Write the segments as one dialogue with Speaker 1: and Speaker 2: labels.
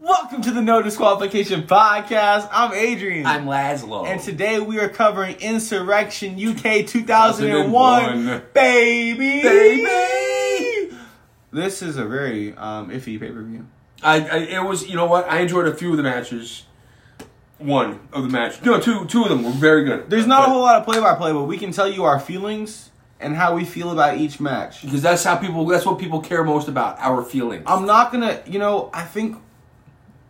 Speaker 1: Welcome to the No Disqualification Podcast. I'm Adrian.
Speaker 2: I'm Laszlo.
Speaker 1: and today we are covering Insurrection UK 2001. Baby!
Speaker 2: Baby!
Speaker 1: This is a very um, iffy pay per view.
Speaker 2: I, I it was you know what I enjoyed a few of the matches. One of the match, no, two two of them were very good.
Speaker 1: There's not
Speaker 2: But-
Speaker 1: a whole lot of play by play, but we can tell you our feelings and how we feel about each match.
Speaker 2: because that's how people that's what people care most about our feelings.
Speaker 1: I'm not gonna, you know, I think,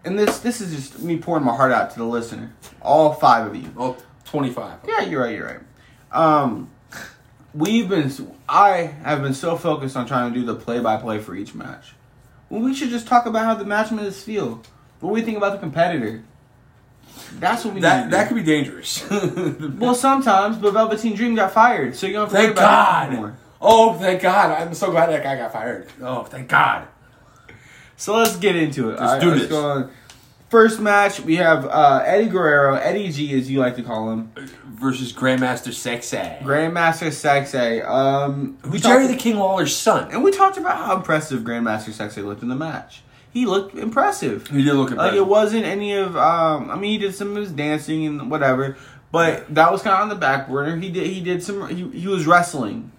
Speaker 1: and this this is just me pouring my heart out to the listener, all five of you.
Speaker 2: well, 25.
Speaker 1: Yeah, you're right. You're right. Um, we've been. I have been so focused on trying to do the play-by-play for each match. Well, we should just talk about how the match made us feel. What we think about the competitor. That's what we
Speaker 2: That
Speaker 1: need.
Speaker 2: that
Speaker 1: That
Speaker 2: could be dangerous. Thank
Speaker 1: well, sometimes, but Velveteen Dream got fired, so you don't have to worry about it
Speaker 2: God.
Speaker 1: anymore.
Speaker 2: Oh, thank God! I'm so glad that guy got fired. Oh, thank God.
Speaker 1: So let's get into it. Let's
Speaker 2: do this.
Speaker 1: on. First match, we have uh, Eddie Guerrero, Eddie G, as you like to call him,
Speaker 2: Versus Grandmaster Sexay.
Speaker 1: Grandmaster Sexay. Um, we
Speaker 2: Jerry
Speaker 1: talked-
Speaker 2: the King Lawler's son.
Speaker 1: And we talked about how impressive Grandmaster Sexay looked in the match. He looked impressive.
Speaker 2: He did look
Speaker 1: Like
Speaker 2: impressive.
Speaker 1: it wasn't any of um I mean he did some of his dancing and whatever, but that was kinda on the back burner. He did he did some he, he was wrestling.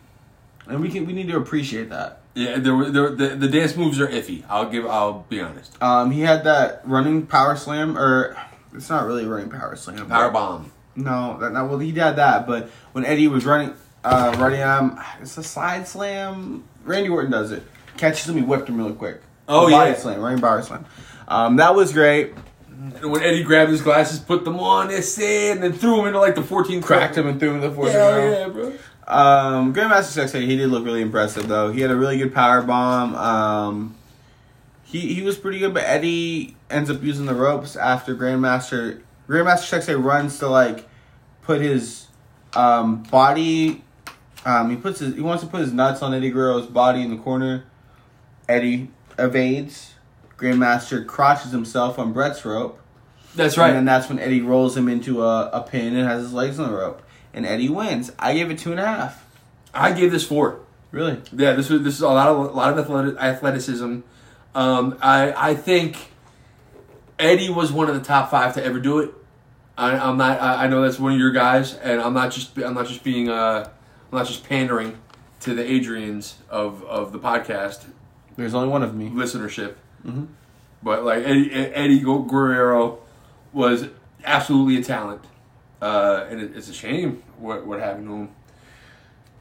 Speaker 1: And we can we need to appreciate that.
Speaker 2: Yeah, there were, there were, the, the dance moves are iffy. I'll give. I'll be honest.
Speaker 1: Um he had that running power slam or it's not really a running power slam.
Speaker 2: Power bomb.
Speaker 1: No, that not well he did that, but when Eddie was running uh running um it's a slide slam. Randy Orton does it. Catches him, he whipped him really quick.
Speaker 2: Oh,
Speaker 1: Body
Speaker 2: yeah.
Speaker 1: slam, running power slam. Um that was great.
Speaker 2: And when Eddie grabbed his glasses, put them on, this and then threw him into like the 14th
Speaker 1: Cracked him and threw him to the fourth
Speaker 2: Hell
Speaker 1: row.
Speaker 2: yeah, bro.
Speaker 1: Um, Grandmaster Sexay, he did look really impressive though. He had a really good power bomb. Um, he he was pretty good, but Eddie ends up using the ropes after Grandmaster Grandmaster Sexay runs to like put his um, body. Um, he puts his he wants to put his nuts on Eddie Guerrero's body in the corner. Eddie evades. Grandmaster crotches himself on Brett's rope.
Speaker 2: That's
Speaker 1: And
Speaker 2: right.
Speaker 1: then that's when Eddie rolls him into a, a pin and has his legs on the rope. And Eddie wins. I gave it two and a half.
Speaker 2: I gave this four.
Speaker 1: Really?
Speaker 2: Yeah, this was this is a lot of a lot of athletic, athleticism. Um, I I think Eddie was one of the top five to ever do it. I, I'm not. I, I know that's one of your guys, and I'm not just. I'm not just being. Uh, I'm not just pandering to the Adrians of of the podcast
Speaker 1: There's only one of me.
Speaker 2: listenership. But like Eddie, Eddie Guerrero was absolutely a talent, uh, and it, it's a shame what what happened to him.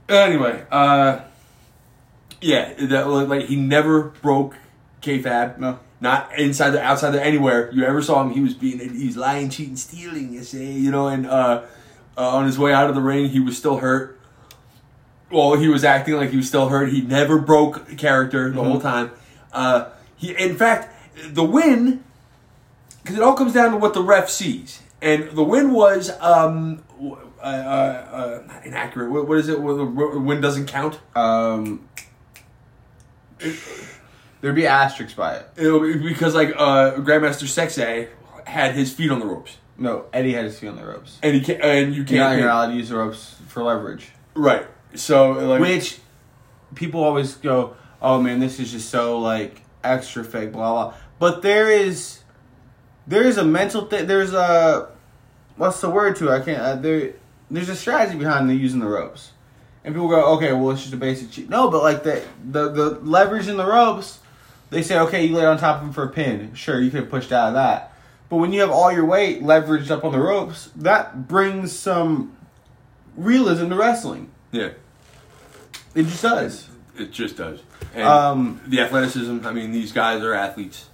Speaker 2: Anyway, uh, yeah, that was, like he never broke kayfabe.
Speaker 1: No.
Speaker 2: Not inside the outside the anywhere you ever saw him, he was being he was lying, cheating, stealing. You say you know, and uh, uh, on his way out of the ring, he was still hurt. Well, he was acting like he was still hurt. He never broke character the whole time. Uh, he, in fact, the win because it all comes down to what the ref sees, and the win was um, w- uh, uh, uh, not inaccurate. What, what is it? Where the ro- win doesn't count.
Speaker 1: Um, there'd be asterisks by it.
Speaker 2: It'll be- because like uh, Grandmaster Sexay had his feet on the ropes,
Speaker 1: No, Eddie had his feet on the ropes.
Speaker 2: and he can and you
Speaker 1: You're not
Speaker 2: can't pin-
Speaker 1: allowed to use the ropes for leverage.
Speaker 2: right. So like
Speaker 1: Which people always go, "Oh man, this is just so like extra fake." Blah blah. But there is, there is a mental thing. There's a what's the word to it? I can't. Uh, there, there's a strategy behind the using the ropes, and people go, "Okay, well, it's just a basic cheat." No, but like the the the leverage in the ropes, they say, "Okay, you laid on top of him for a pin. Sure, you could have pushed out of that." But when you have all your weight leveraged up on the ropes, that brings some realism to wrestling.
Speaker 2: yeah,
Speaker 1: It just does.
Speaker 2: it just does. And
Speaker 1: Um,
Speaker 2: the athleticism. I mean, these guys are athletes.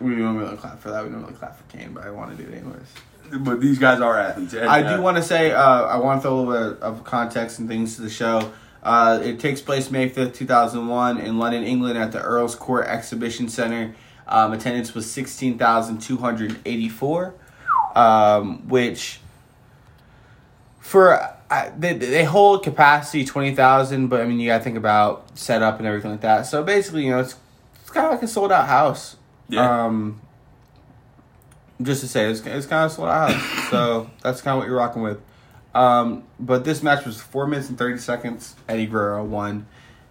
Speaker 1: We don't really clap for that. We don't really clap for Kane, but I want to do it anyways.
Speaker 2: But these guys are athletes. And,
Speaker 1: I
Speaker 2: uh,
Speaker 1: do want to say uh, I want to throw a little bit of context and things to the show. Uh, it takes place May fifth, two thousand one, in London, England, at the Earl's Court Exhibition Centre. Um, attendance was sixteen thousand two hundred eighty-four, um, which for I, they, they hold capacity twenty thousand, but I mean you got to think about setup and everything like that. So basically, you know, it's it's kind of like a sold out house.
Speaker 2: Yeah.
Speaker 1: Um, just to say, it's, it's kind of sold out house. so that's kind of what you're rocking with. Um, but this match was four minutes and thirty seconds. Eddie Guerrero won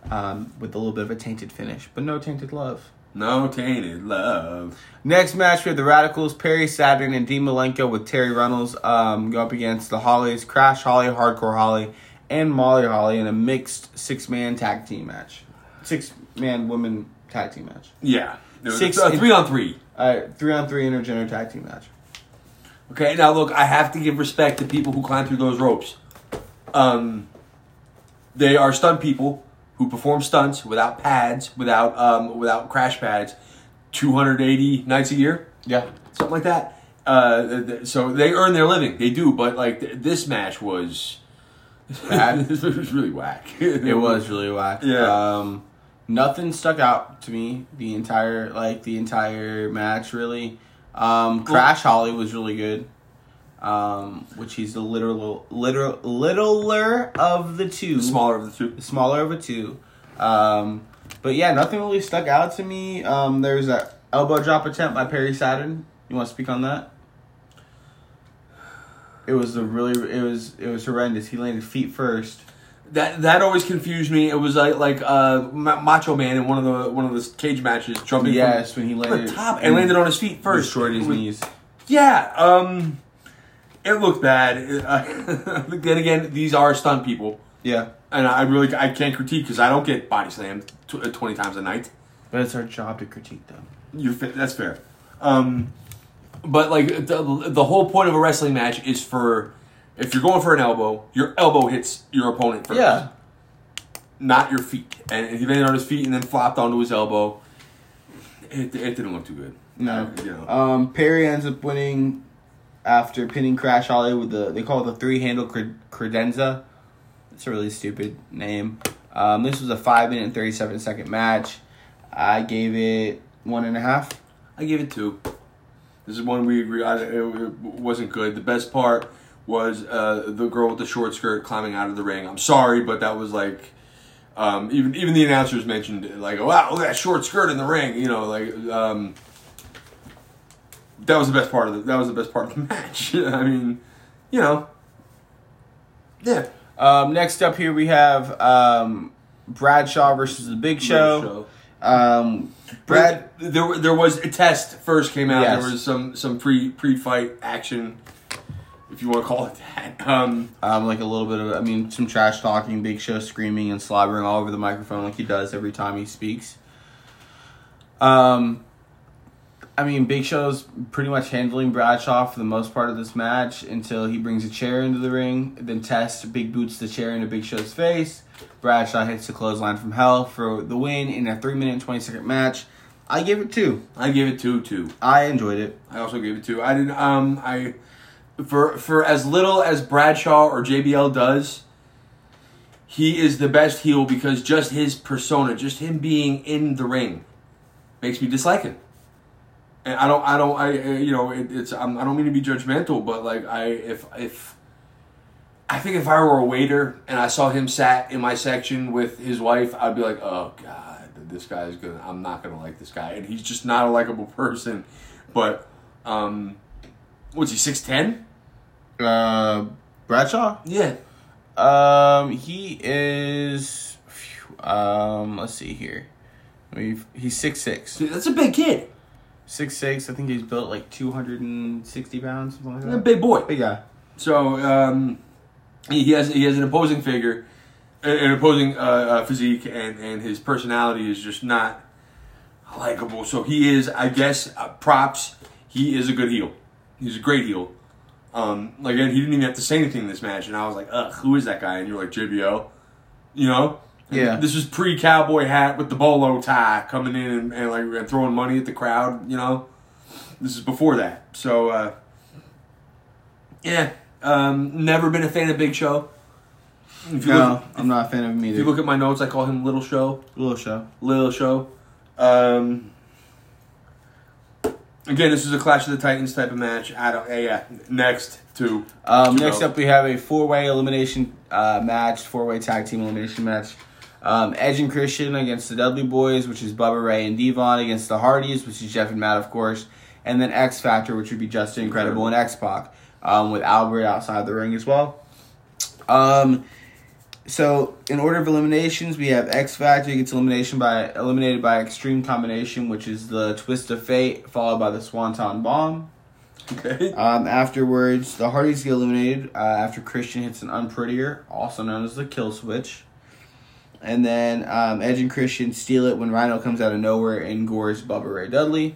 Speaker 1: um, with a little bit of a tainted finish, but no tainted love.
Speaker 2: No tainted love.
Speaker 1: Next match, we have the Radicals, Perry Saturn and Dean Malenko with Terry Runnels um, go up against the Hollies, Crash Holly, Hardcore Holly, and Molly Holly in a mixed six man tag team match. Six man woman tag team match.
Speaker 2: Yeah. It was
Speaker 1: Six
Speaker 2: a th-
Speaker 1: in-
Speaker 2: three on three.
Speaker 1: Uh, three on three intergender tag team match.
Speaker 2: Okay, now look, I have to give respect to people who climb through those ropes. Um, they are stunt people who perform stunts without pads, without um, without crash pads, 280 nights a year,
Speaker 1: Yeah.
Speaker 2: something like that. Uh, th- th- so they earn their living. They do, but like th- this match was,
Speaker 1: Bad.
Speaker 2: this was really whack.
Speaker 1: It was really whack.
Speaker 2: Yeah.
Speaker 1: Um, nothing stuck out to me the entire like the entire match really. Um, Crash Holly was really good. Um, which he's the literal literal littler of the two,
Speaker 2: the smaller of the two.
Speaker 1: the smaller of the two. Um, but yeah, nothing really stuck out to me. Um, there's that elbow drop attempt by Perry Saturn. You want to speak on that? It was a really it was it was horrendous. He landed feet first.
Speaker 2: That that always confused me. It was like like uh, Ma- Macho Man in one of the one of the cage matches, jumping from
Speaker 1: Yes, when he
Speaker 2: the
Speaker 1: landed
Speaker 2: top and landed on his feet first.
Speaker 1: destroyed his
Speaker 2: It was-
Speaker 1: knees.
Speaker 2: Yeah, um, it looked bad. Uh, then again, these are stunt people,
Speaker 1: Yeah,
Speaker 2: and I really I can't critique because I don't get body slammed tw- uh, twenty times a night.
Speaker 1: but it's our job to critique them.
Speaker 2: You're fit, that's fair. Um, but like the, the whole point of a wrestling match is for if you're going for an elbow, your elbow hits your opponent first.
Speaker 1: Yeah,
Speaker 2: not your feet. And he landed on his feet and then flopped onto his elbow. It, it didn't look too good.
Speaker 1: no.
Speaker 2: Uh, you know.
Speaker 1: Um, Perry ends up winning after pinning Crash Holly with the they call it the three handle cred- credenza. It's a really stupid name. Um, this was a five minute and thirty seven second match. I gave it one and a half.
Speaker 2: I gave it two. This is one we agree. I, it, it wasn't good. The best part was uh, the girl with the short skirt climbing out of the ring. I'm sorry, but that was like. Um, even even the announcers mentioned it, like, wow, look at that short skirt in the ring. You know, like um, that was the best part of the that was the best part of the match. I mean, you know, yeah.
Speaker 1: Um, next up here we have um, Bradshaw versus the Big Show. Um, Brad.
Speaker 2: there were- there was a test first came out.
Speaker 1: Yes.
Speaker 2: There was some some pre pre fight action, if you want to call it that. Um,
Speaker 1: Um, like a little bit of, I mean, some trash talking, Big Show screaming and slobbering all over the microphone like he does every time he speaks. Um, I mean, Big Show's pretty much handling Bradshaw for the most part of this match until he brings a chair into the ring. Then Test big boots the chair into Big Show's face. Bradshaw hits the clothesline from hell for the win in a three minute and twenty second match. I give it two.
Speaker 2: I gave it two two.
Speaker 1: I enjoyed it.
Speaker 2: I also gave it two. I didn't. Um, I for for as little as Bradshaw or JBL does, he is the best heel because just his persona, just him being in the ring, makes me dislike him. And I don't. I don't. I uh, you know it, it's. I'm, I don't mean to be judgmental, but like I if if. I think if I were a waiter and I saw him sat in my section with his wife, I'd be like, "Oh God, this guy is gonna. I'm not gonna like this guy, and he's just not a likable person." But um, what's he six ten?
Speaker 1: Uh, Bradshaw?
Speaker 2: Yeah,
Speaker 1: Um, he is. phew, Um, let's see here. We've, he's six six,
Speaker 2: Dude, that's a big kid.
Speaker 1: six six. I think he's built like two hundred and sixty pounds, something like
Speaker 2: That's a
Speaker 1: that.
Speaker 2: big boy.
Speaker 1: Big guy.
Speaker 2: So um, he he has he has an imposing figure, an- an imposing uh, uh, physique, and and his personality is just not likable. So he is, I guess, uh, props. He is a good heel. He's a great heel. Um, like and he didn't even have to say anything in this match, and I was like, "Ugh, who is that guy?" And you're like, "JBL," you know. And
Speaker 1: Yeah.
Speaker 2: This was pre cowboy hat with the bolo tie coming in and, and like and throwing money at the crowd, you know. This is before that, so uh, yeah. Um, never been a fan of Big Show. If you
Speaker 1: No,
Speaker 2: look,
Speaker 1: I'm not a fan of him either.
Speaker 2: if you look at my notes, I call him Little Show.
Speaker 1: Little show.
Speaker 2: Little Show. Um, again, this is a Clash of the Titans type of match. I don't. Yeah, yeah. Next to
Speaker 1: Um,
Speaker 2: to
Speaker 1: next
Speaker 2: go.
Speaker 1: up, we have a four way elimination uh, match, four way tag team elimination match. Um, Edge and Christian against the Dudley Boys, which is Bubba Ray and Devon, against the Hardys, which is Jeff and Matt, of course, and then X Factor, which would be Justin Incredible and X Pac, um, with Albert outside the ring as well. Um, So in order of eliminations, we have X Factor gets elimination by eliminated by extreme combination, which is the twist of fate, followed by the Swanton Bomb.
Speaker 2: Okay.
Speaker 1: Um, afterwards, the Hardys get eliminated uh, after Christian hits an unprettier, also known as the kill switch. And then um, Edge and Christian steal it when Rhino comes out of nowhere and gores Bubba Ray Dudley.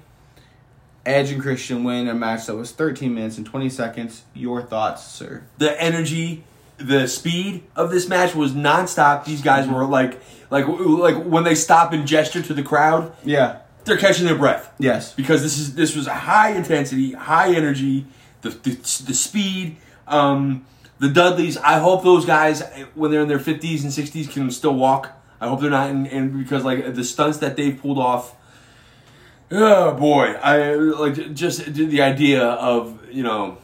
Speaker 1: Edge and Christian win a match that was 13 minutes and 20 seconds. Your thoughts, sir?
Speaker 2: the energy, the speed of this match was nonstop. These guys were like, like, like when they stop and gesture to the crowd,
Speaker 1: Yeah.
Speaker 2: they're catching their breath
Speaker 1: Yes.
Speaker 2: because this is this was a high intensity, high energy, the the, the speed. Um, the Dudleys. I hope those guys, when they're in their fifties and sixties, can still walk. I hope they're not, in, and because like the stunts that they've pulled off. Oh boy, I like just the idea of you know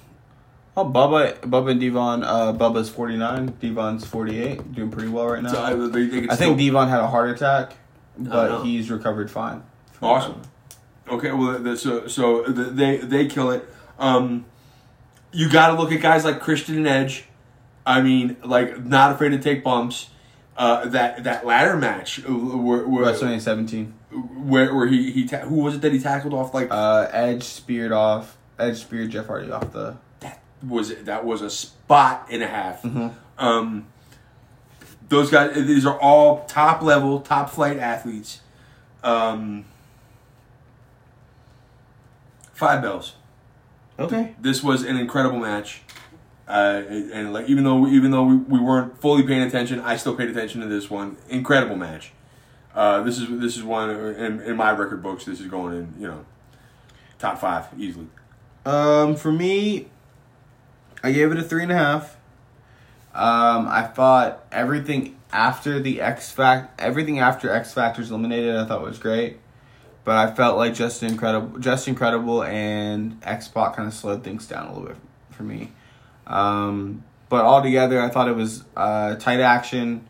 Speaker 1: Oh, Bubba, Bubba and Devon. Uh, Bubba's 49, Devon's 48, doing pretty well right now.
Speaker 2: I, they, they could
Speaker 1: I
Speaker 2: still-
Speaker 1: think Devon had a heart attack, but
Speaker 2: no.
Speaker 1: he's recovered fine.
Speaker 2: Awesome. Okay, well, th- so so th- they they kill it. Um, you got to look at guys like Christian and Edge. I mean, like not afraid to take bumps. Uh, that that ladder match uh, where where,
Speaker 1: WrestleMania 17.
Speaker 2: where, where he he ta- who was it that he tackled off like
Speaker 1: Uh, Edge speared off. Edge speared Jeff Hardy off the.
Speaker 2: that was that was a spot and a half. Um, those guys, these are all top level, top flight athletes. Um, five bells.
Speaker 1: Okay.
Speaker 2: this was an incredible match. Uh, and, and, like even though even though we, we weren't fully paying attention, I still paid attention to this one. Incredible match. Uh, this is this is one uh, in, in my record books. This is going in you know top five easily.
Speaker 1: Um, for me, I gave it a three and a half. Um, I thought everything after the X Fact, everything after X Factor's eliminated, I thought was great. But I felt like just incredible, just incredible, and X Pac kind of slowed things down a little bit for me. Um, but altogether, I thought it was uh, tight action,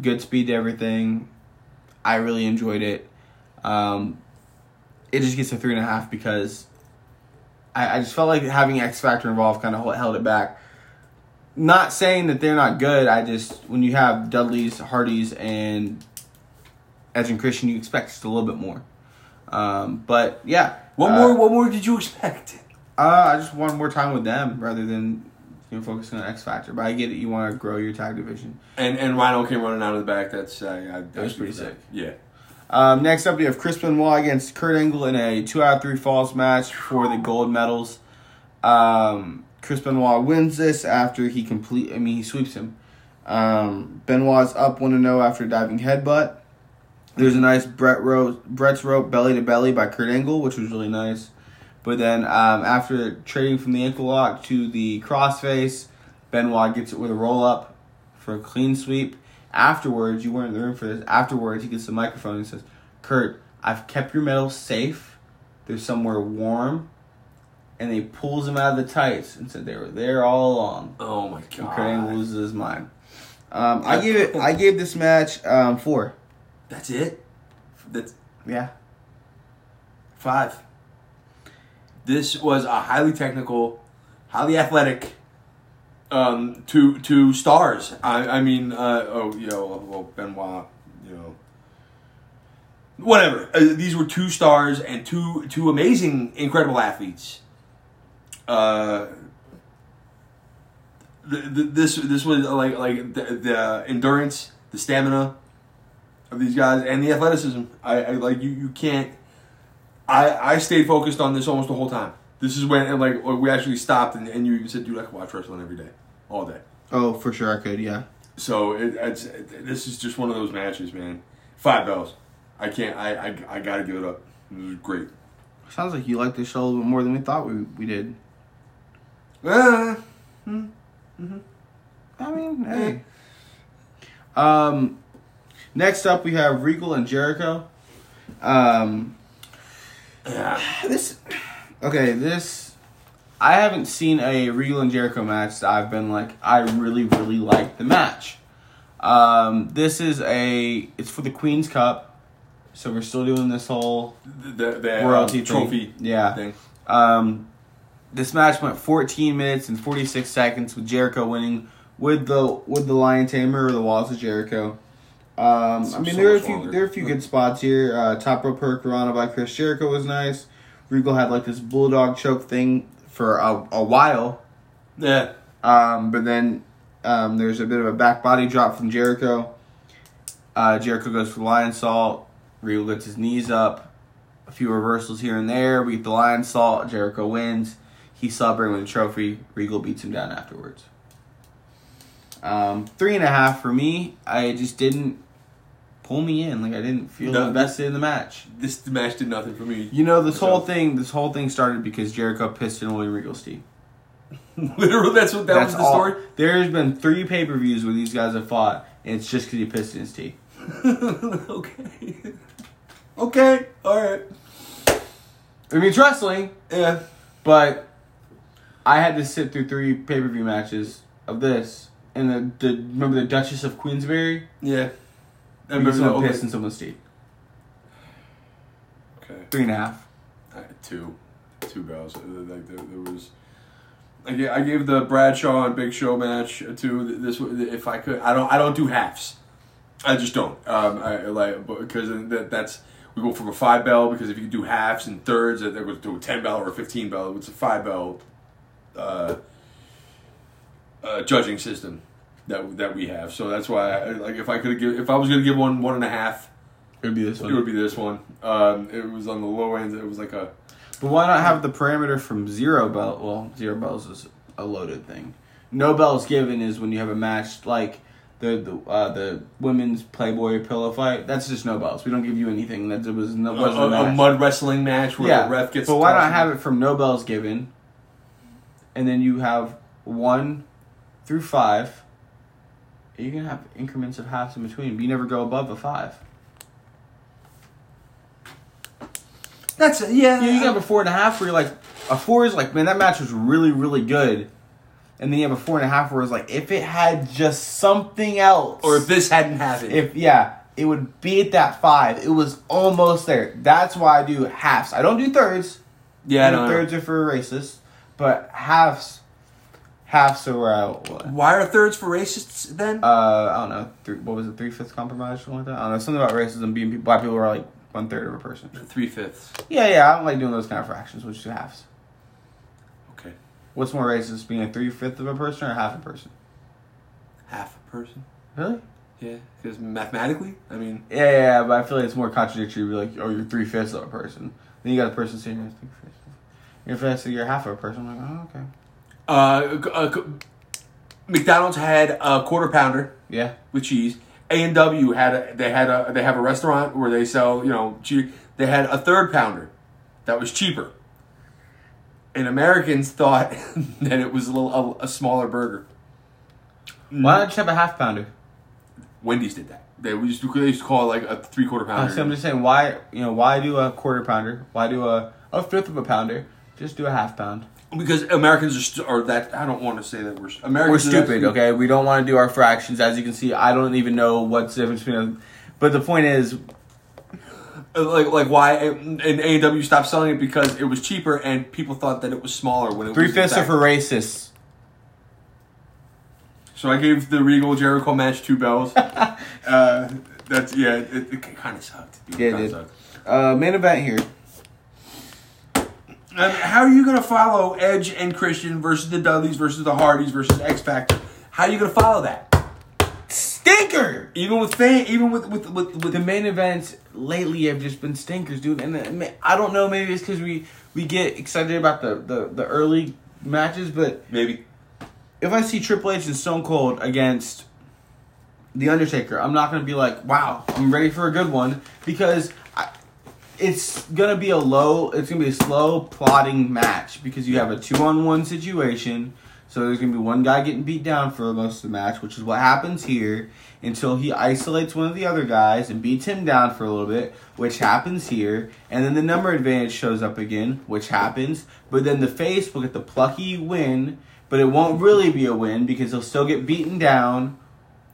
Speaker 1: good speed to everything. I really enjoyed it. Um, it just gets a three and a half because I, I just felt like having X Factor involved kind of held it back. Not saying that they're not good. I just when you have Dudley's, Hardys, and Edge and Christian, you expect just a little bit more. Um, but yeah,
Speaker 2: What
Speaker 1: uh,
Speaker 2: more? What more did you expect?
Speaker 1: uh, I just want more time with them rather than you know focusing on X Factor. But I get it. You want to grow your tag division.
Speaker 2: And and Rhino came running out of the back. That's uh, I,
Speaker 1: That was pretty sick.
Speaker 2: Yeah.
Speaker 1: Um, next up, we have Chris Benoit against Kurt Angle in a two out of three falls match for the gold medals. Um, Chris Benoit wins this after he complete. I mean, he sweeps him. Um, Benoit's up one to zero after a diving headbutt. There's a nice Brett rope, Brett's rope belly to belly by Kurt Angle, which was really nice. But then um, after trading from the ankle lock to the crossface, Benoit gets it with a roll up for a clean sweep. Afterwards, you weren't in the room for this. Afterwards, he gets the microphone and says, "Kurt, I've kept your medals safe. They're somewhere warm." And he pulls him out of the tights and said they were there all along.
Speaker 2: Oh my
Speaker 1: And Kurt Angle
Speaker 2: god.
Speaker 1: loses his mind. Um, I gave it. I gave this match um, four.
Speaker 2: That's it. That's
Speaker 1: Yeah.
Speaker 2: Five. This was a highly technical, highly athletic. Um, two two stars. I I mean, uh, oh you know, well Benoit, you know, whatever. Uh, these were two stars and two two amazing, incredible athletes. Uh. The, the, this this was uh, like like the, the endurance, the stamina of these guys, and the athleticism. I, I like you you can't I, I stayed focused on this almost the whole time. This is when and like we actually stopped and, and you even said, dude, I could watch wrestling every day, all day.
Speaker 1: Oh, for sure I could. Yeah.
Speaker 2: So it, it's, it- this is just one of those matches, man. Five bells. I can't. I I, I gotta give it up. This is great.
Speaker 1: Sounds like you liked this show a little bit more than we thought we we did.
Speaker 2: Ah,
Speaker 1: I mean, hey. Um, next up we have Regal and Jericho. Um,
Speaker 2: yeah.
Speaker 1: this, okay, this, I haven't seen a Regal and Jericho match that I've been like, I really, really like the match. Um, this is a, it's for the Queen's Cup, so we're still doing this whole
Speaker 2: The, the, the, uh,
Speaker 1: royalty
Speaker 2: trophy.
Speaker 1: thing. Yeah.
Speaker 2: Thing.
Speaker 1: Um, this match went 14 minutes and 46 seconds with Jericho winning with the with the Lion Tamer or the Walls of Jericho. Um, I mean,
Speaker 2: so
Speaker 1: there are a
Speaker 2: much
Speaker 1: few
Speaker 2: longer.
Speaker 1: there are a few good spots here. Uh, top rope Hurricanrana by Chris Jericho was nice. Regal had like this bulldog choke thing for a, a while,
Speaker 2: Yeah.
Speaker 1: um, but then um, there's a bit of a back body drop from Jericho. Uh, Jericho goes for the lion salt. Regal gets his knees up. A few reversals here and there. We get the lion salt. Jericho wins. He's celebrating with a trophy. Regal beats him down afterwards. Um, three and a half for me. I just didn't pull me in. Like I didn't feel
Speaker 2: No.
Speaker 1: invested in the match.
Speaker 2: This match did nothing for me.
Speaker 1: You know this
Speaker 2: So-
Speaker 1: whole thing. This whole thing started because Jericho pissed in William Regal's teeth.
Speaker 2: Literally, that's what that
Speaker 1: That's
Speaker 2: was the
Speaker 1: all-
Speaker 2: story.
Speaker 1: There's been three pay per views where these guys have fought, and it's just because he pissed in his tea.
Speaker 2: okay. Okay. All right.
Speaker 1: I mean, it's wrestling,
Speaker 2: Yeah.
Speaker 1: but I had to sit through three pay per view matches of this, and the, the remember the Duchess of Queensberry?
Speaker 2: Yeah.
Speaker 1: Because
Speaker 2: I remember that.
Speaker 1: someone
Speaker 2: Okay.
Speaker 1: pissed in someone's tea.
Speaker 2: okay.
Speaker 1: Three and a half.
Speaker 2: I had two, two bells. Uh, Like there, there was. I gave, I gave the Bradshaw and Big Show match a two. This was- if I could, I don't. I don't do halves. I just don't. Um, I like because that that's we go from a five bell because if you do halves and thirds, that goes to a ten bell or a fifteen bell. It's a five bell. Uh, uh, judging system that that we have. So that's why, I, like, if I could give, if I was gonna give one one and a half,
Speaker 1: It would be this one.
Speaker 2: it would be this one. Um, it was on the low end. It was like a.
Speaker 1: But why not have the parameter from zero bell? Well, zero bells is a loaded thing. No bells given is when you have a match like the the uh, the women's Playboy pillow fight. That's just no bells. We don't give you anything. That was no
Speaker 2: a,
Speaker 1: wasn't a
Speaker 2: a, a
Speaker 1: match.
Speaker 2: mud wrestling match where
Speaker 1: yeah,
Speaker 2: the ref gets.
Speaker 1: But why not
Speaker 2: tossed
Speaker 1: have it from no bells given? And then you have one through five. You can have increments of halves in between, but you never go above a five.
Speaker 2: in? That's it. Yeah.
Speaker 1: Yeah, you can have a four and a half where you're like, a four is like, man, that match was really, really good. And then you have a four and a half where it's like, if it had just something else.
Speaker 2: or if this hadn't happened,
Speaker 1: If, yeah, it would be at that five. It was almost there. That's why I do halves. I don't do thirds.
Speaker 2: yeah, no, no.
Speaker 1: thirds are for racists, but halves, halves are where I,
Speaker 2: Why are thirds for racists then?
Speaker 1: uh, I don't know, three, what was it, three fifths compromise or something like that? I don't know, something about racism being people, black people are like one third of a person.
Speaker 2: Three fifths.
Speaker 1: Yeah, yeah, I don't like doing those kind of fractions, which is halves.
Speaker 2: Okay,
Speaker 1: What's more racist, being a three fifth of a person or half a person?
Speaker 2: half a person.
Speaker 1: Really?
Speaker 2: Yeah, because mathematically, I mean,
Speaker 1: Yeah, yeah, yeah, but I feel like it's more contradictory to be like, oh, you're three fifths of a person. Then you got a person saying you're three fifths. If I say you're half of a person, I'm like, oh, okay.
Speaker 2: uh, c- uh, c- McDonald's had a quarter pounder
Speaker 1: Yeah.
Speaker 2: with cheese. A and W had a, they had a they have a restaurant where they sell you know che- they had a third pounder that was cheaper. And Americans thought that it was a little a, a smaller burger.
Speaker 1: Why not just have a half pounder?
Speaker 2: Wendy's did that. They used to, they used to call it like a three quarter pounder.
Speaker 1: So I'm just saying, why you know why do a quarter pounder? Why do a a fifth of a pounder? Just do a half pound.
Speaker 2: because Americans are, st- are that. I don't want to say that we're st-
Speaker 1: We're
Speaker 2: Americans. are that
Speaker 1: stupid, okay? We don't want to do our fractions. As you can see, I don't even know what's the difference between them. But the point is,
Speaker 2: Uh, Like like why and A W stopped selling it because it was cheaper and people thought that it was smaller when it
Speaker 1: three
Speaker 2: was
Speaker 1: fifths are
Speaker 2: exact-
Speaker 1: for racists.
Speaker 2: So I gave the Regal Jericho match two bells. uh, that's yeah. It, it kind of sucked. dude.
Speaker 1: Yeah, it
Speaker 2: kinda
Speaker 1: did.
Speaker 2: sucked.
Speaker 1: Uh, main event here.
Speaker 2: Um, how are you gonna follow Edge and Christian versus the Dudleys versus the Hardys versus X Factor? How are you gonna follow that?
Speaker 1: Stinker.
Speaker 2: Even with Fang, even with with with, with
Speaker 1: The main events lately have just been stinkers, dude. And I mean, I don't know, maybe it's because we we get excited about the the the early matches, but
Speaker 2: maybe
Speaker 1: if I see Triple H and Stone Cold against The Undertaker, I'm not gonna be like, wow, I'm ready for a good one because I, it's gonna be a low, it's gonna be a slow plotting match because you have a two on one situation. So there's gonna be one guy getting beat down for most of the match, which is what happens here until he isolates one of the other guys and beats him down for a little bit, which happens here, and then the number advantage shows up again, which happens, but then the face will get the plucky win, but it won't really be a win because he'll still get beaten down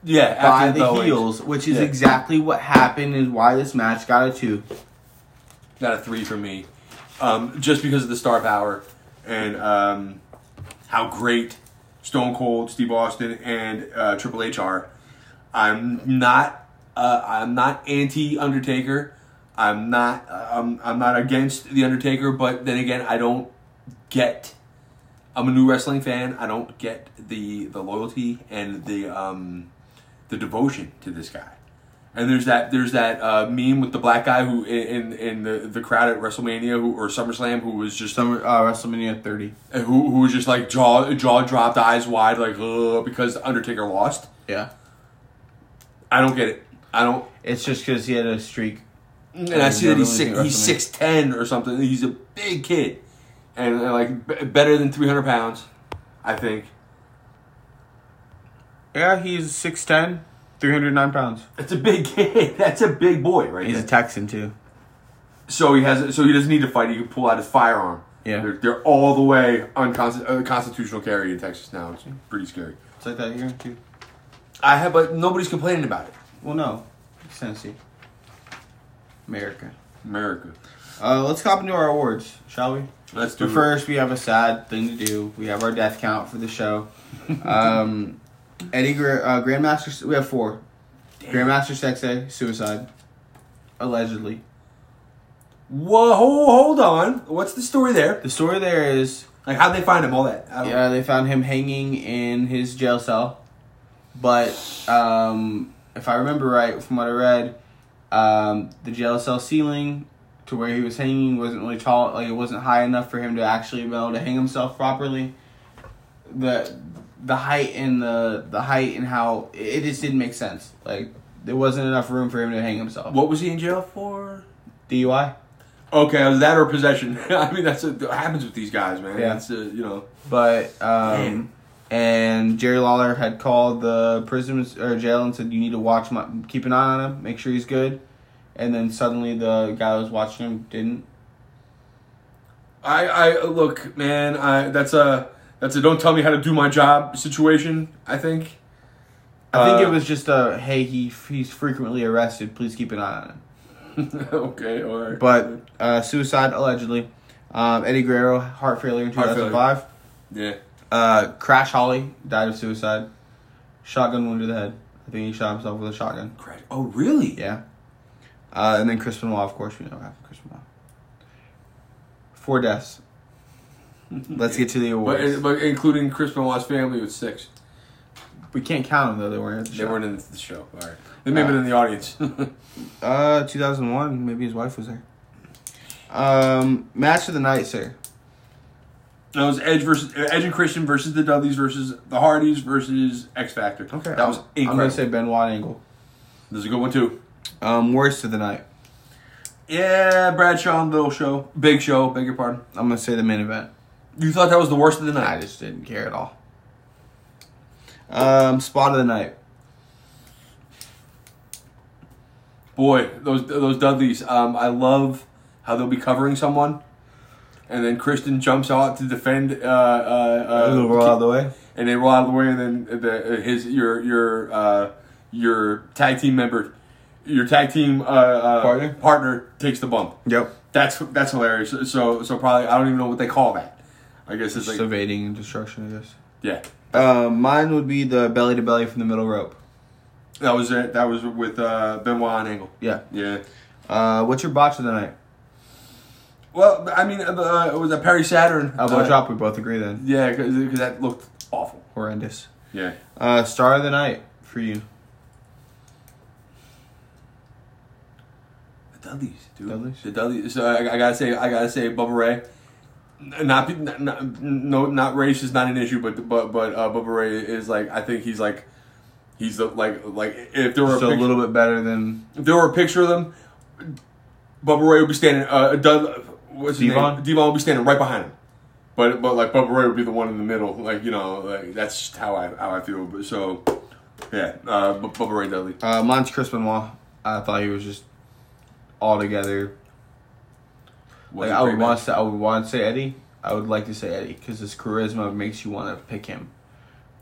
Speaker 2: yeah.
Speaker 1: by
Speaker 2: after
Speaker 1: the
Speaker 2: Dudleys.
Speaker 1: heels, which is
Speaker 2: Yeah.
Speaker 1: exactly what happened and why this match got a two.
Speaker 2: got a three for me, um, just because of the star power and um, how great Stone Cold, Steve Austin, and uh, Triple H are. I'm not. Uh, I'm not anti Undertaker. I'm not. uh, I'm, I'm not against the Undertaker. But then again, I don't get. I'm a new wrestling fan. I don't get the the loyalty and the um, the devotion to this guy. And there's that there's that uh, meme with the black guy who in in the, the crowd at WrestleMania who, or SummerSlam who was just
Speaker 1: Summer uh, WrestleMania 30.
Speaker 2: who who was just like jaw jaw dropped, eyes wide, like Ugh, because Undertaker lost.
Speaker 1: Yeah,
Speaker 2: I don't get it. I don't.
Speaker 1: it's just because he had a streak.
Speaker 2: And I see that he's
Speaker 1: Another
Speaker 2: six,
Speaker 1: one
Speaker 2: he's
Speaker 1: at WrestleMania.
Speaker 2: six ten or something. He's a big kid, and uh, like b- better than three hundred pounds, I think.
Speaker 1: Yeah, he's 6'10", 309 pounds.
Speaker 2: That's a big kid. That's a big boy, right?
Speaker 1: He's a
Speaker 2: there.
Speaker 1: Texan too.
Speaker 2: so he has. So he doesn't need to fight. He can pull out his firearm.
Speaker 1: Yeah.
Speaker 2: they're, they're all the way unconst- uh, constitutional carry in Texas now. It's pretty scary.
Speaker 1: It's like that here too.
Speaker 2: I have, but nobody's complaining about it.
Speaker 1: Well, no, it's Tennessee, America.
Speaker 2: America.
Speaker 1: Uh, let's hop into our awards, shall we?
Speaker 2: Let's do
Speaker 1: But first, we have a sad thing to do. We have our death count for the show. Um, Eddie Gra- uh, Grandmaster. We have four. Grandmaster Sexay suicide, allegedly.
Speaker 2: Whoa, hold, hold on. What's the story there?
Speaker 1: The story there is
Speaker 2: Like how'd they find him? All that. I don't-
Speaker 1: Yeah, they found him hanging in his jail cell. But um, if I remember right from what I read, um, the jail cell ceiling to where he was hanging wasn't really tall, like it wasn't high enough for him to actually be able to hang himself properly. The the height and the the height and how it just didn't make sense. Like there wasn't enough room for him to hang himself.
Speaker 2: What was he in jail for?
Speaker 1: DUI.
Speaker 2: Okay, it was that or possession. I mean, that's what happens with these guys, man.
Speaker 1: Yeah.
Speaker 2: That's uh, you know.
Speaker 1: But
Speaker 2: Man.
Speaker 1: um, and Jerry Lawler had called the prison or jail and said, "You need to watch my, keep an eye on him, make sure he's good." And then suddenly the guy that was watching him didn't.
Speaker 2: I I look, man. I that's a that's a don't tell me how to do my job situation. I think.
Speaker 1: I think
Speaker 2: Uh,
Speaker 1: it was just a hey, he he's frequently arrested. Please keep an eye on him.
Speaker 2: okay, all right.
Speaker 1: But uh, suicide allegedly. Um, Eddie Guerrero heart failure in two
Speaker 2: Heart failure.
Speaker 1: thousand five.
Speaker 2: yeah,
Speaker 1: Uh, Crash Holly died of suicide. Shotgun wound to the head. I think he shot himself with a shotgun.
Speaker 2: Crash. Oh, really?
Speaker 1: Yeah. Uh, and then Chris Benoit, of course, we know what happened. to Chris Benoit. Four deaths. Let's get to the awards.
Speaker 2: But, eh, but including Chris Benoit's family with six.
Speaker 1: uh, we can't count them though; they weren't at the
Speaker 2: They
Speaker 1: show.
Speaker 2: weren't in the show. All right. They may have been in the audience.
Speaker 1: Uh, two thousand one. Maybe his wife was there. Um, match of the night, sir.
Speaker 2: That was Edge versus eh, Edge and Christian versus the Dudleys versus the Hardys versus X Factor. that was
Speaker 1: I'm
Speaker 2: incredible.
Speaker 1: gonna say Benoit Angle.
Speaker 2: this is a good one too.
Speaker 1: Um, worst of the night.
Speaker 2: Yeah, Bradshaw and Little Show, Big Show, beg your pardon.
Speaker 1: I'm gonna say the main event.
Speaker 2: You thought that was the worst of the
Speaker 1: I
Speaker 2: night.
Speaker 1: just didn't care at all. Um, spot of the night.
Speaker 2: Boy, those those Dudleys. Um, I love how they'll be covering someone, and then Christian jumps out to defend. Uh, uh, uh,
Speaker 1: Uh, roll out of the way.
Speaker 2: and they roll out of the way, and then the, his your your uh, your tag team member, your tag team uh, uh,
Speaker 1: Partner?
Speaker 2: partner takes the bump.
Speaker 1: Yep.
Speaker 2: That's that's hilarious. So so probably I don't even know what they call that. I guess it's
Speaker 1: Just
Speaker 2: like
Speaker 1: evading and destruction, I guess.
Speaker 2: yeah.
Speaker 1: Uh, mine would be the belly to belly from the middle rope.
Speaker 2: That was it. That was with uh, Benoit and Angle.
Speaker 1: Yeah.
Speaker 2: Yeah.
Speaker 1: Uh, what's your botch of the night?
Speaker 2: Well, I mean, uh, it was a Perry Saturn
Speaker 1: Elbow
Speaker 2: uh,
Speaker 1: Oh, drop. We both agree then.
Speaker 2: Yeah, because that looked awful.
Speaker 1: Horrendous.
Speaker 2: Yeah.
Speaker 1: Uh, star of the night for you.
Speaker 2: The Dudleys, dude.
Speaker 1: Dudleys?
Speaker 2: The Dudleys. So I, I gotta say, I gotta say, Bubba Ray. N- Not, be- not, not no, not race is not an issue, but but but uh, Bubba Ray is like I think he's like he's the like like if there were
Speaker 1: So a
Speaker 2: pic-
Speaker 1: little bit better than
Speaker 2: if there were a picture of them, Bubba Ray would be standing. Uh, Dud, what's his
Speaker 1: Devon?
Speaker 2: name? Devon would be standing right behind him. But but like Bubba Ray would be the one in the middle. Like you know, like that's just how I how I feel. But so yeah, uh, Bu- Bubba Ray Dudley.
Speaker 1: uh, mine's Chris Benoit. I thought he was just all together. Like
Speaker 2: was a
Speaker 1: I
Speaker 2: great
Speaker 1: would want
Speaker 2: match.
Speaker 1: to, I would want to say Eddie. I would like to say Eddie because his charisma makes you want to pick him.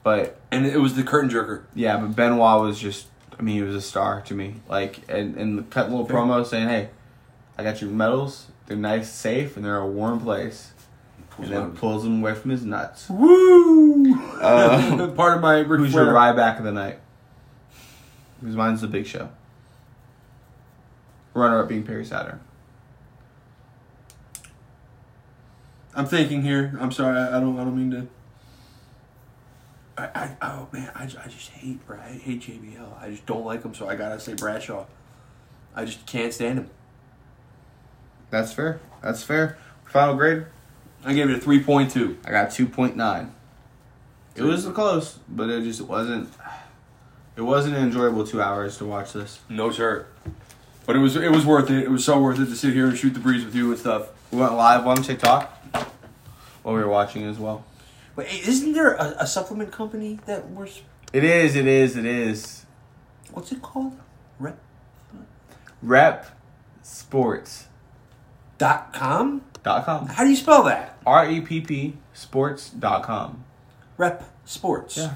Speaker 1: But
Speaker 2: and it was the curtain jerker.
Speaker 1: yeah, but Benoit was just. I mean, he was a star to me. Like and and cut little promo saying, "Hey, I got your medals. They're nice, safe, and they're a warm place." and then pulls him away from his nuts.
Speaker 2: Woo!
Speaker 1: Uh,
Speaker 2: Part of my Ric
Speaker 1: Who's
Speaker 2: Flair.
Speaker 1: your rye back of the night? Because mine's the Big Show. Runner up being Perry Saturn.
Speaker 2: I'm thinking here. I'm sorry. I, I don't. I don't mean to. I, I oh man. I, ju- I just hate Brad. I hate JBL. I just don't like him. So I gotta say Bradshaw. I just can't stand him.
Speaker 1: That's fair. That's fair. Final grade,
Speaker 2: I gave it a three point two.
Speaker 1: I got two point nine. It was close, but it just wasn't. It wasn't an enjoyable two hours to watch this.
Speaker 2: No sir. But it was it was worth it. It was so worth it to sit here and shoot the breeze with you and stuff.
Speaker 1: We went live on TikTok while we were watching as well.
Speaker 2: But hey, isn't there a, a supplement company that we're? s-
Speaker 1: It is. It is. It is.
Speaker 2: What's it called? Rep.
Speaker 1: Rep Sports
Speaker 2: Dot com.
Speaker 1: dot com.
Speaker 2: How do you spell that?
Speaker 1: R E P P Sports dot com.
Speaker 2: Rep Sports.
Speaker 1: Yeah.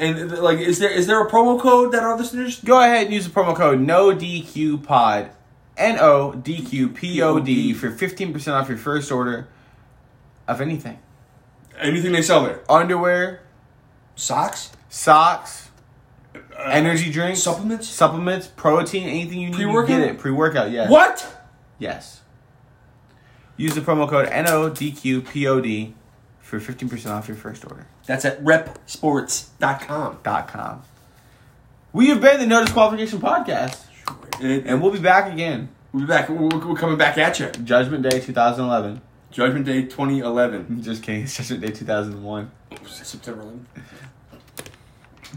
Speaker 2: And uh, like, is there is there a promo code that our listeners
Speaker 1: Go ahead and use the promo code NODQPOD, N O D Q P O D, for 15% off your first order of anything
Speaker 2: anything they sell there?
Speaker 1: underwear,
Speaker 2: Socks,
Speaker 1: socks, energy drinks,
Speaker 2: Uh, supplements?
Speaker 1: supplements, protein, anything you need. Pre
Speaker 2: Pre-workout?
Speaker 1: workout? Get it. Pre workout, yes.
Speaker 2: What?
Speaker 1: Yes. Use the promo code NODQPOD for 15% off your first order.
Speaker 2: That's at repsports.com.
Speaker 1: Dot com. We have been the No Disqualification Podcast, and
Speaker 2: And
Speaker 1: we'll be back again.
Speaker 2: we'll be back. We're, we're coming back at you.
Speaker 1: Judgment Day 2011.
Speaker 2: Judgment Day 2011.
Speaker 1: Just kidding. It's Judgment Day 2001.
Speaker 2: September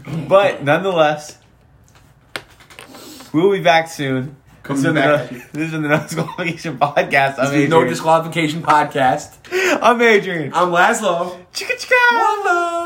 Speaker 2: 11th.
Speaker 1: But nonetheless, we'll be back soon.
Speaker 2: Coming
Speaker 1: this, is
Speaker 2: back
Speaker 1: back
Speaker 2: at
Speaker 1: the,
Speaker 2: you.
Speaker 1: this is the No Disqualification Podcast. I'm
Speaker 2: There's
Speaker 1: Adrian.
Speaker 2: no disqualification podcast.
Speaker 1: I'm Adrian.
Speaker 2: I'm Laszlo.
Speaker 1: Chicka chicka.
Speaker 2: Hello.